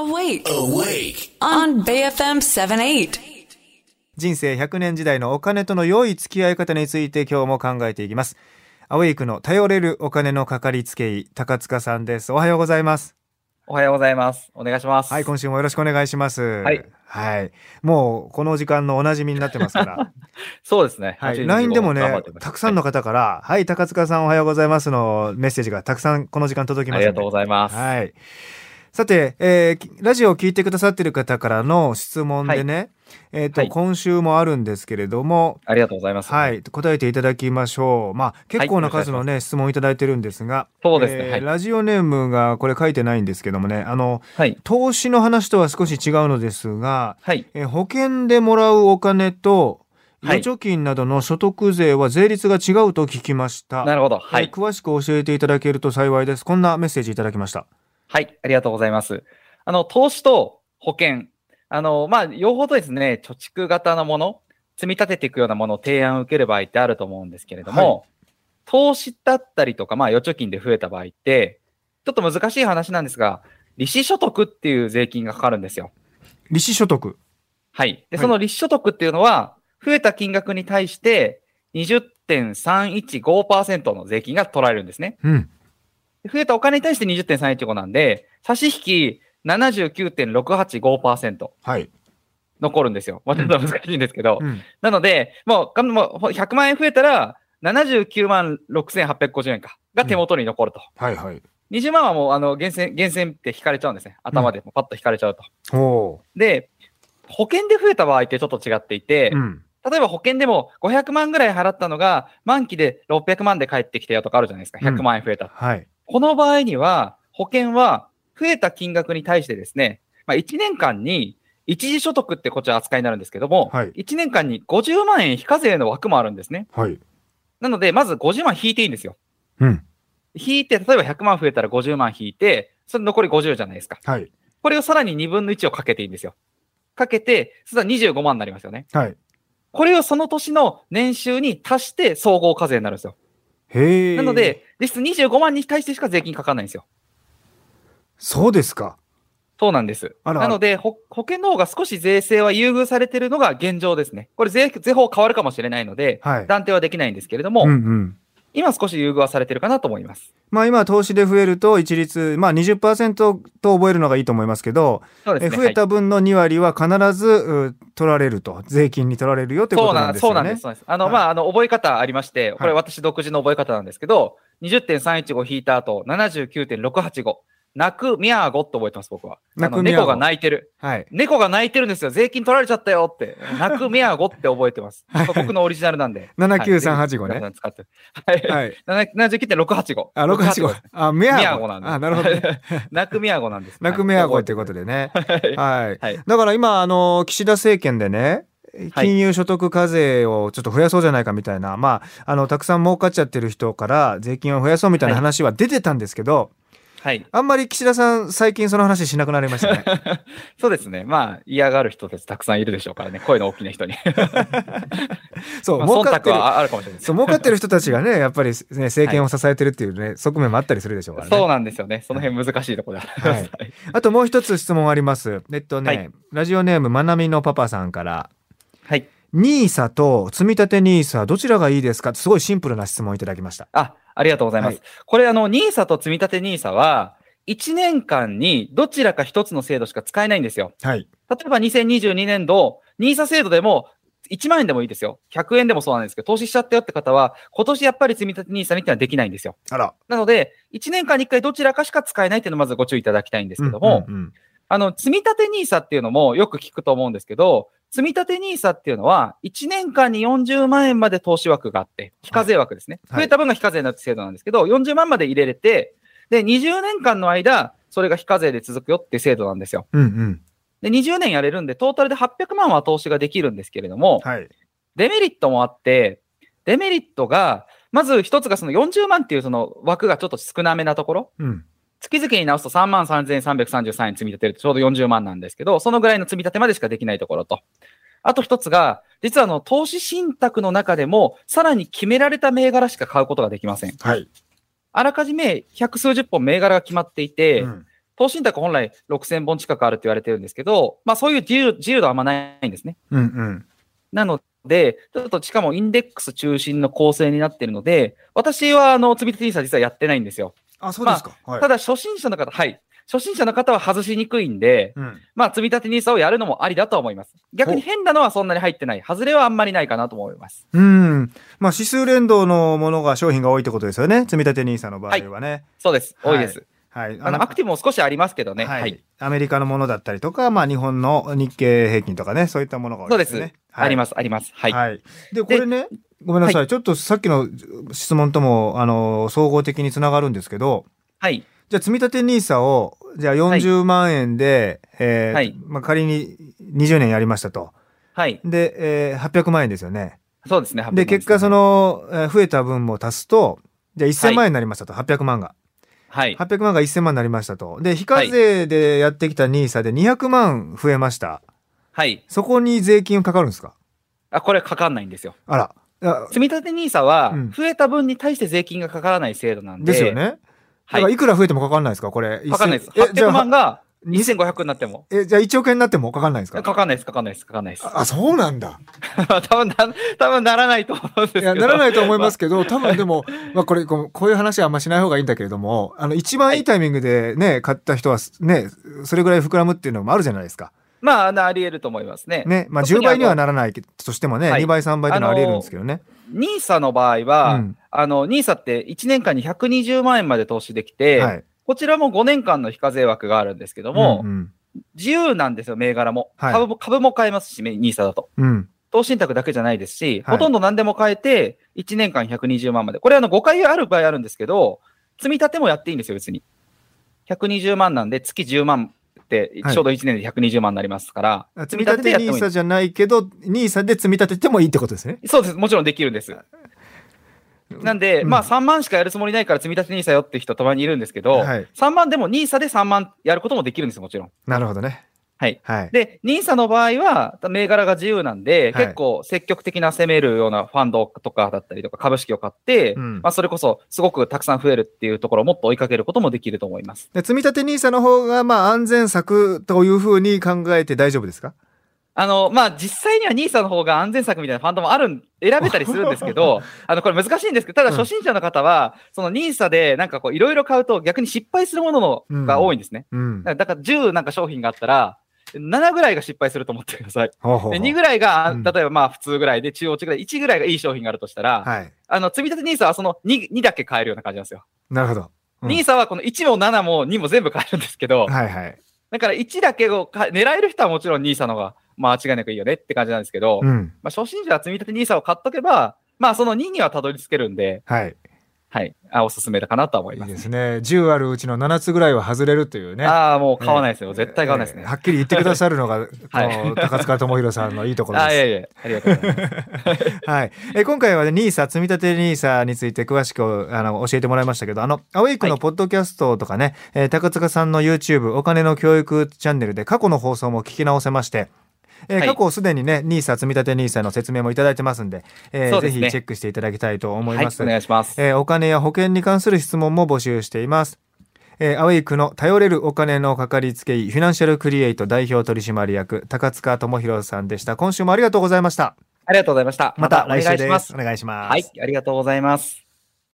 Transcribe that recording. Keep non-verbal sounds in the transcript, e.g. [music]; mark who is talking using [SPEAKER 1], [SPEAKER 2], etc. [SPEAKER 1] Awake on BFM 78.
[SPEAKER 2] 人生100年時代のお金との良い付き合い方について今日も考えていきます。アウェイクの頼れるお金のかかりつけ医、高塚さんです。おはようございます。
[SPEAKER 3] おはようございます。お願いします。。
[SPEAKER 2] はい、今週もよろしくお願いします。はいはい。もう、この時間のおなじみになってます
[SPEAKER 3] [laughs]
[SPEAKER 2] から。
[SPEAKER 3] そうですね。
[SPEAKER 2] はい。
[SPEAKER 3] 8
[SPEAKER 2] LINE でも
[SPEAKER 3] 頑張
[SPEAKER 2] ね
[SPEAKER 3] っていきま、しょう
[SPEAKER 2] たくさんの方から、はい、高塚さんおはようございますのメッセージがたくさんこの時間届き
[SPEAKER 3] はいあ
[SPEAKER 2] まし
[SPEAKER 3] り
[SPEAKER 2] た
[SPEAKER 3] がとうございます。
[SPEAKER 2] はい。さて、えーきラジオを聞いてくださっている方からの質問でね、えっ、と、
[SPEAKER 3] はい
[SPEAKER 2] 今週もあるんですけれども、
[SPEAKER 3] ありがとうございます。
[SPEAKER 2] はい、答えていただきましょう。まあ、結構な数の
[SPEAKER 3] はいお願いし
[SPEAKER 2] ね、質問をいただいてるんですが、
[SPEAKER 3] そうですね
[SPEAKER 2] えー
[SPEAKER 3] はい
[SPEAKER 2] ラジオネームがこれ書いてないんですけどもね、あの、
[SPEAKER 3] はい。
[SPEAKER 2] 投資の話とは少し違うのですが、
[SPEAKER 3] はい。
[SPEAKER 2] えー保険でもらうお金と、
[SPEAKER 3] はい
[SPEAKER 2] 預貯金などの所得税は税率が違うと聞きました。
[SPEAKER 3] なるほど。は
[SPEAKER 2] えー
[SPEAKER 3] い。
[SPEAKER 2] 詳しく教えていただけると幸いです。こんなメッセージいただきました。
[SPEAKER 3] はい。ありがとうございます。あの、投資と保険。あの、まあ、両方とですね、貯蓄型のもの、積み立てていくようなものを提案を受ける場合ってあると思うんですけれども、投資だったりとか、まあ、預貯金で増えた場合って、ちょっと難しい話なんですが、利子所得っていう税金がかかるんですよ。
[SPEAKER 2] 利子所得。
[SPEAKER 3] はい。
[SPEAKER 2] は
[SPEAKER 3] で、
[SPEAKER 2] い
[SPEAKER 3] その立子所得っていうのは、増えた金額に対して20.315%の税金が取られるんですね。
[SPEAKER 2] うん。
[SPEAKER 3] で増えたお金に対して20.315なんで、差し引き79.685%
[SPEAKER 2] はい。
[SPEAKER 3] 残るんですよ。まあ、ちょっと難しいんですけど。
[SPEAKER 2] うん。
[SPEAKER 3] なので、もうが、もう100万円増えたら、79万6850円か。が手元に残ると。
[SPEAKER 2] はいはい。
[SPEAKER 3] 20万はもう、あの、厳選、厳選って引かれちゃうんですね。頭でもパッと引かれちゃうと。
[SPEAKER 2] お
[SPEAKER 3] で、保険で増えた場合ってちょっと違っていて、
[SPEAKER 2] うん。
[SPEAKER 3] 例えば保険でも500万ぐらい払ったのが、満期で600万で返ってきたよとかあるじゃないですか。
[SPEAKER 2] うん
[SPEAKER 3] 100万円増えた。
[SPEAKER 2] はい。
[SPEAKER 3] この場合には、保険は増えた金額に対してですね、まあ、1年間に一時所得ってこちら扱いになるんですけども、
[SPEAKER 2] はい
[SPEAKER 3] 1年間に50万円非課税の枠もあるんですね。
[SPEAKER 2] はい。
[SPEAKER 3] なので、まず50万引いていいんですよ。
[SPEAKER 2] うん。
[SPEAKER 3] 引いて、例えば100万増えたら50万引いて、それ残り50じゃないですか。
[SPEAKER 2] はい。
[SPEAKER 3] これをさらに2分の1をかけていいんですよ。かけて、そしたら25万になりますよね。
[SPEAKER 2] はい。
[SPEAKER 3] これをその年の年収に足して総合課税になるんですよ。
[SPEAKER 2] へえ。
[SPEAKER 3] なので、、実質25万に対してしか税金かかんないんですよ。
[SPEAKER 2] そうですか。
[SPEAKER 3] そうなんです。
[SPEAKER 2] あら
[SPEAKER 3] なので保、保険の方が少し税制は優遇されてるのが現状ですね。これ税、税法変わるかもしれないので、
[SPEAKER 2] はい。
[SPEAKER 3] 断定はできないんですけれども、
[SPEAKER 2] うんうん。
[SPEAKER 3] 今少し優遇はされてるかなと思います。
[SPEAKER 2] まあ今投資で増えると一律、まあ20%と覚えるのがいいと思いますけど、
[SPEAKER 3] そうです
[SPEAKER 2] え
[SPEAKER 3] ね。
[SPEAKER 2] 増えた分の2割は必ずう取られると、税金に取られるよという
[SPEAKER 3] は
[SPEAKER 2] こ
[SPEAKER 3] いそ
[SPEAKER 2] と
[SPEAKER 3] う
[SPEAKER 2] な
[SPEAKER 3] なんん
[SPEAKER 2] ですよね
[SPEAKER 3] そうなんです。。そうなんです。あの、
[SPEAKER 2] はい
[SPEAKER 3] まあ、あの、覚え方ありまして、これ私独自の覚え方なんですけど、20.315引いた後、79.685。泣くミャーゴって覚えてます、僕は。あ
[SPEAKER 2] 泣く
[SPEAKER 3] の
[SPEAKER 2] ミャーゴ
[SPEAKER 3] 猫が泣いてる。
[SPEAKER 2] はい。
[SPEAKER 3] 猫が泣いてるんですよ。税金取られちゃったよって。泣くメアゴって覚えてます。
[SPEAKER 2] はい
[SPEAKER 3] 僕のオリジナルなんで。
[SPEAKER 2] 79385ね
[SPEAKER 3] はい。使ってはい。
[SPEAKER 2] はい。
[SPEAKER 3] 79.685。
[SPEAKER 2] あ、685。あ、メ
[SPEAKER 3] メ
[SPEAKER 2] ア
[SPEAKER 3] ア
[SPEAKER 2] ゴ。
[SPEAKER 3] ゴなんで。
[SPEAKER 2] あ、なる
[SPEAKER 3] [laughs]
[SPEAKER 2] ほどね。。
[SPEAKER 3] 泣くメアゴなんです。
[SPEAKER 2] 泣くメアゴということ
[SPEAKER 3] で。
[SPEAKER 2] でね。
[SPEAKER 3] [laughs] はい
[SPEAKER 2] はい。
[SPEAKER 3] はい。
[SPEAKER 2] だから今、あの、岸田政権でね、
[SPEAKER 3] はい
[SPEAKER 2] 金融所得課税をちょっと増やそうじゃないかみたいな、まあ、あの、たくさん儲かっちゃってる人から税金を増やそうみたいな
[SPEAKER 3] はい
[SPEAKER 2] 話は出てたんですけど、
[SPEAKER 3] はい。
[SPEAKER 2] あんまり岸田さん最近その話しなくなりましたね。
[SPEAKER 3] そうですね。まあ、嫌がる人たちたくさんいるでしょうからね。声の大きな人に。
[SPEAKER 2] [laughs] そう、
[SPEAKER 3] まあ、
[SPEAKER 2] 儲か
[SPEAKER 3] 忖
[SPEAKER 2] って
[SPEAKER 3] 度
[SPEAKER 2] る。
[SPEAKER 3] はあるかもしれないです
[SPEAKER 2] そう、。儲かってる人たちがね、 [laughs] やっぱり、ね、政権を支えてるっていうね、側面もあったりするでしょうからね。
[SPEAKER 3] そうなんですよね。その辺難しいところであります。
[SPEAKER 2] はいあともう一つ質問あります。えっとね、
[SPEAKER 3] はい
[SPEAKER 2] ラジオネームまなみのパパさんから、
[SPEAKER 3] はい。
[SPEAKER 2] ニーサと積み立てニーサどちらがいいですかってすごいシンプルな質問をいただきました。
[SPEAKER 3] あ、ありがとうございます。
[SPEAKER 2] は
[SPEAKER 3] これ、あの、NISA と積立 NISA は、1年間にどちらか1つの制度しか使えないんですよ。
[SPEAKER 2] はい。
[SPEAKER 3] 例えば2022年度、NISA 制度でも1万円でもいいですよ。100円でもそうなんですけど、投資しちゃったよって方は、今年やっぱり積立 NISA にってのはできないんですよ。
[SPEAKER 2] あら。
[SPEAKER 3] なので、1年間に1回どちらかしか使えないっていうのをまずご注意いただきたいんですけども、
[SPEAKER 2] うんうんうん
[SPEAKER 3] あの、積立 NISA っていうのもよく聞くと思うんですけど、積立 NISA っていうのは、1年間に40万円まで投資枠があって、非課税枠ですね。
[SPEAKER 2] はい
[SPEAKER 3] 増えた分が非課税になって制度なんですけど、40万まで入れれて、で、20年間の間、それが非課税で続くよっていう制度なんですよ。
[SPEAKER 2] うんうん。
[SPEAKER 3] で、20年やれるんで、トータルで800万は投資ができるんですけれども、
[SPEAKER 2] はい。
[SPEAKER 3] デメリットもあって、デメリットが、まず一つがその40万っていうその枠がちょっと少なめなところ。
[SPEAKER 2] うん。
[SPEAKER 3] 月々に直すと3万3333円積み立てるとちょうど40万なんですけど、そのぐらいの積み立てまでしかできないところと。あと一つが、実はあの、投資信託の中でも、さらに決められた銘柄しか買うことができません。
[SPEAKER 2] はい。
[SPEAKER 3] あらかじめ百数十本銘柄が決まっていて、
[SPEAKER 2] うん
[SPEAKER 3] 投資信託本来6000本近くあるって言われてるんですけど、まあそういう自由自由度はあんまないんですね。
[SPEAKER 2] うんうん。
[SPEAKER 3] なので、ちょっとしかもインデックス中心の構成になってるので、私はあの、つみつみさ実はやってないんですよ。
[SPEAKER 2] あ、そうですか。はい。
[SPEAKER 3] ただ初心者の方、はい。初心者の方は外しにくいんで、
[SPEAKER 2] うん。
[SPEAKER 3] まあ、積み立て NISA をやるのもありだと思います。逆に変なのはそんなに入ってない。外れはあんまりないかなと思います。
[SPEAKER 2] うん。まあ、指数連動のものが商品が多いってことですよね。積み立て NISA の場合はね。
[SPEAKER 3] そうです。
[SPEAKER 2] は
[SPEAKER 3] 多
[SPEAKER 2] い
[SPEAKER 3] いです。
[SPEAKER 2] はい。
[SPEAKER 3] あの、アクティブも少しありますけどね。
[SPEAKER 2] は
[SPEAKER 3] はいい。
[SPEAKER 2] アメリカのものだったりとか、まあ、日本の日経平均とかね、そういったものが多い
[SPEAKER 3] そ
[SPEAKER 2] う
[SPEAKER 3] で。
[SPEAKER 2] ですすね。。
[SPEAKER 3] ありますす、あります。はい。
[SPEAKER 2] はい。で、これね、ごめんなさい。ちょっとさっきの質問とも、あの、総合的につながるんですけど、
[SPEAKER 3] はい。
[SPEAKER 2] じゃあ、積み立て NISA を、じゃあ40万円で、えー
[SPEAKER 3] はい
[SPEAKER 2] まあ、仮に20年やりましたと。
[SPEAKER 3] はい。
[SPEAKER 2] で、えー800万円ですよね。
[SPEAKER 3] そうですね。800
[SPEAKER 2] で、結果、そ、の、えー増えた分も足すと、じゃあ1000
[SPEAKER 3] は
[SPEAKER 2] 万
[SPEAKER 3] い
[SPEAKER 2] 円になりましたと、800万が。
[SPEAKER 3] はい。
[SPEAKER 2] 800万が1000万になりましたと。で、非課税でやってきた NISA で200万増えました。
[SPEAKER 3] はい。
[SPEAKER 2] そこに税金かかるんですか
[SPEAKER 3] あ、これかかんないんですよ。
[SPEAKER 2] あら。あ
[SPEAKER 3] 積み立て NISA は
[SPEAKER 2] うん、
[SPEAKER 3] 増えた分に対して税金がかからない制度なんで。
[SPEAKER 2] ですよ。ね。
[SPEAKER 3] は
[SPEAKER 2] だから
[SPEAKER 3] い。
[SPEAKER 2] いくら増えてもかかんないですかこれ。
[SPEAKER 3] かかんないです。
[SPEAKER 2] 1000え、じゃ
[SPEAKER 3] 800万
[SPEAKER 2] あ、
[SPEAKER 3] が2500になっても。
[SPEAKER 2] え、じゃあ1億円になってもかかんないです
[SPEAKER 3] か
[SPEAKER 2] か
[SPEAKER 3] かんないです、かかんないです、かかんないです。
[SPEAKER 2] あ、そうなんだ。
[SPEAKER 3] [laughs] 多分な、多分ならないと思うんですけ
[SPEAKER 2] い
[SPEAKER 3] ど。
[SPEAKER 2] や、ならないと思いますけ
[SPEAKER 3] [laughs]
[SPEAKER 2] ど、多分でも、まあこれ、こうこういう話はあんましない方がいいんだけれども、あの、一番いいタイミングでね、買った人はね、それぐらい膨らむっていうのもあるじゃないですか。
[SPEAKER 3] まあ、なあり得ると思いますね。
[SPEAKER 2] ね、まあ
[SPEAKER 3] 特
[SPEAKER 2] 10
[SPEAKER 3] にあの
[SPEAKER 2] 倍にはならないけどとしてもね、
[SPEAKER 3] はい
[SPEAKER 2] 2倍、3倍でもあり得るんですけどね。
[SPEAKER 3] ニーサの場合は、
[SPEAKER 2] うん
[SPEAKER 3] あの、ニーサって1年間に120万円まで投資できて、
[SPEAKER 2] はい。
[SPEAKER 3] こちらも5年間の非課税枠があるんですけども、
[SPEAKER 2] うんうん
[SPEAKER 3] 自由なんですよ、銘柄も。
[SPEAKER 2] はい
[SPEAKER 3] 株も株も買えますし、ニーサだと。
[SPEAKER 2] うん。
[SPEAKER 3] 投資信託だけじゃないですし、
[SPEAKER 2] はい
[SPEAKER 3] ほとんど何でも買えて、1年間120万まで。これ、あの、5回ある場合あるんですけど、積み立てもやっていいんですよ、別に。120万なんで、月10万って、
[SPEAKER 2] はい
[SPEAKER 3] ちょうど1年で120万になりますから、
[SPEAKER 2] あ積み立て NISA じゃないけど、NISA で積み立ててもいいってことですね。
[SPEAKER 3] そうです。もちろんできるんです。なんで、
[SPEAKER 2] うん
[SPEAKER 3] まあ3万しかやるつもりないから積み立て NISA よって人たまにいるんですけど、
[SPEAKER 2] はい
[SPEAKER 3] 3万でも NISA で3万やることもできるんですもちろん。
[SPEAKER 2] なるほどね。
[SPEAKER 3] はい。
[SPEAKER 2] はい。
[SPEAKER 3] で、NISA の場合は、銘柄が自由なんで、
[SPEAKER 2] はい
[SPEAKER 3] 結構積極的な攻めるようなファンドとかだったりとか株式を買って、
[SPEAKER 2] うん
[SPEAKER 3] まあそれこそすごくたくさん増えるっていうところをもっと追いかけることもできると思います。
[SPEAKER 2] で積み立て NISA の方が、まあ、安全策というふうに考えて大丈夫ですか
[SPEAKER 3] あの、まあ、実際には NISA の方が安全策みたいなファンドもあるん、選べたりするんですけ
[SPEAKER 2] [laughs]
[SPEAKER 3] ど、あの、これ難しいんですけど、ただ
[SPEAKER 2] うん
[SPEAKER 3] 初心者の方は、その NISA でなんかこう、いろいろ買うと逆に失敗するもののが多いんですね。
[SPEAKER 2] うん。
[SPEAKER 3] だから10なんか商品があったら、7ぐらいが失敗すると思ってください。
[SPEAKER 2] ほうほうほ
[SPEAKER 3] で
[SPEAKER 2] う
[SPEAKER 3] 2ぐらいが、
[SPEAKER 2] うん
[SPEAKER 3] 例えばまあ普通ぐらいで中央値ぐらい、1ぐらいがいい商品があるとしたら、
[SPEAKER 2] はい。
[SPEAKER 3] あの、積み立て NISA はその 2, 2だけ買えるような感じなんですよ。
[SPEAKER 2] なるほど。うん
[SPEAKER 3] NISA はこの1も7も2も全部買えるんですけど、
[SPEAKER 2] はいはい。
[SPEAKER 3] だから1だけをか狙える人はもちろん NISA の方がまあ間違いなくいいよねって感じなんですけど、
[SPEAKER 2] うん。
[SPEAKER 3] まあ、初心者は積み立て NISA を買っとけば、まあその2にはたどり着けるんで、
[SPEAKER 2] はい。
[SPEAKER 3] はい、あおすすめかなとは思い
[SPEAKER 2] いい
[SPEAKER 3] ます。
[SPEAKER 2] ですね。10あるうちの7つぐらいは外れるというね。
[SPEAKER 3] ああ、もう買わないですよ。絶対買わないです
[SPEAKER 2] え
[SPEAKER 3] ね。
[SPEAKER 2] ーはっきり言ってくださるのが、こ
[SPEAKER 3] は
[SPEAKER 2] の高塚智弘さんのいいところ
[SPEAKER 3] ああ、いや
[SPEAKER 2] で
[SPEAKER 3] いや、ありがとうございます。
[SPEAKER 2] す。 [laughs] はい。えー今回はね、NISA、積み立て NISA について詳しくあの教えてもらいましたけど、あの、アウェイクのポッドキャストとかね、えー高塚さんの YouTube、お金の教育チャンネルで過去の放送も聞き直せまして、えー
[SPEAKER 3] はい
[SPEAKER 2] 過去すでにね、NISA、積み立て NISA の説明もいただいてますんで、えー
[SPEAKER 3] そう
[SPEAKER 2] ぜ
[SPEAKER 3] です
[SPEAKER 2] ひ
[SPEAKER 3] ね
[SPEAKER 2] チェックしていただきたいと思い
[SPEAKER 3] はい、
[SPEAKER 2] ます。
[SPEAKER 3] お願いします。
[SPEAKER 2] えーお金や保険に関する質問も募集しています。えーアウェイクの頼れるお金のかかりつけ医、フィナンシャルクリエイト代表取締役、高塚智博さんでした。今週もありがとうございました。
[SPEAKER 3] ありがとうございました。
[SPEAKER 2] また来週
[SPEAKER 3] お願いし
[SPEAKER 2] で。
[SPEAKER 3] ます
[SPEAKER 2] お願いします。
[SPEAKER 3] はい、ありがとうございます。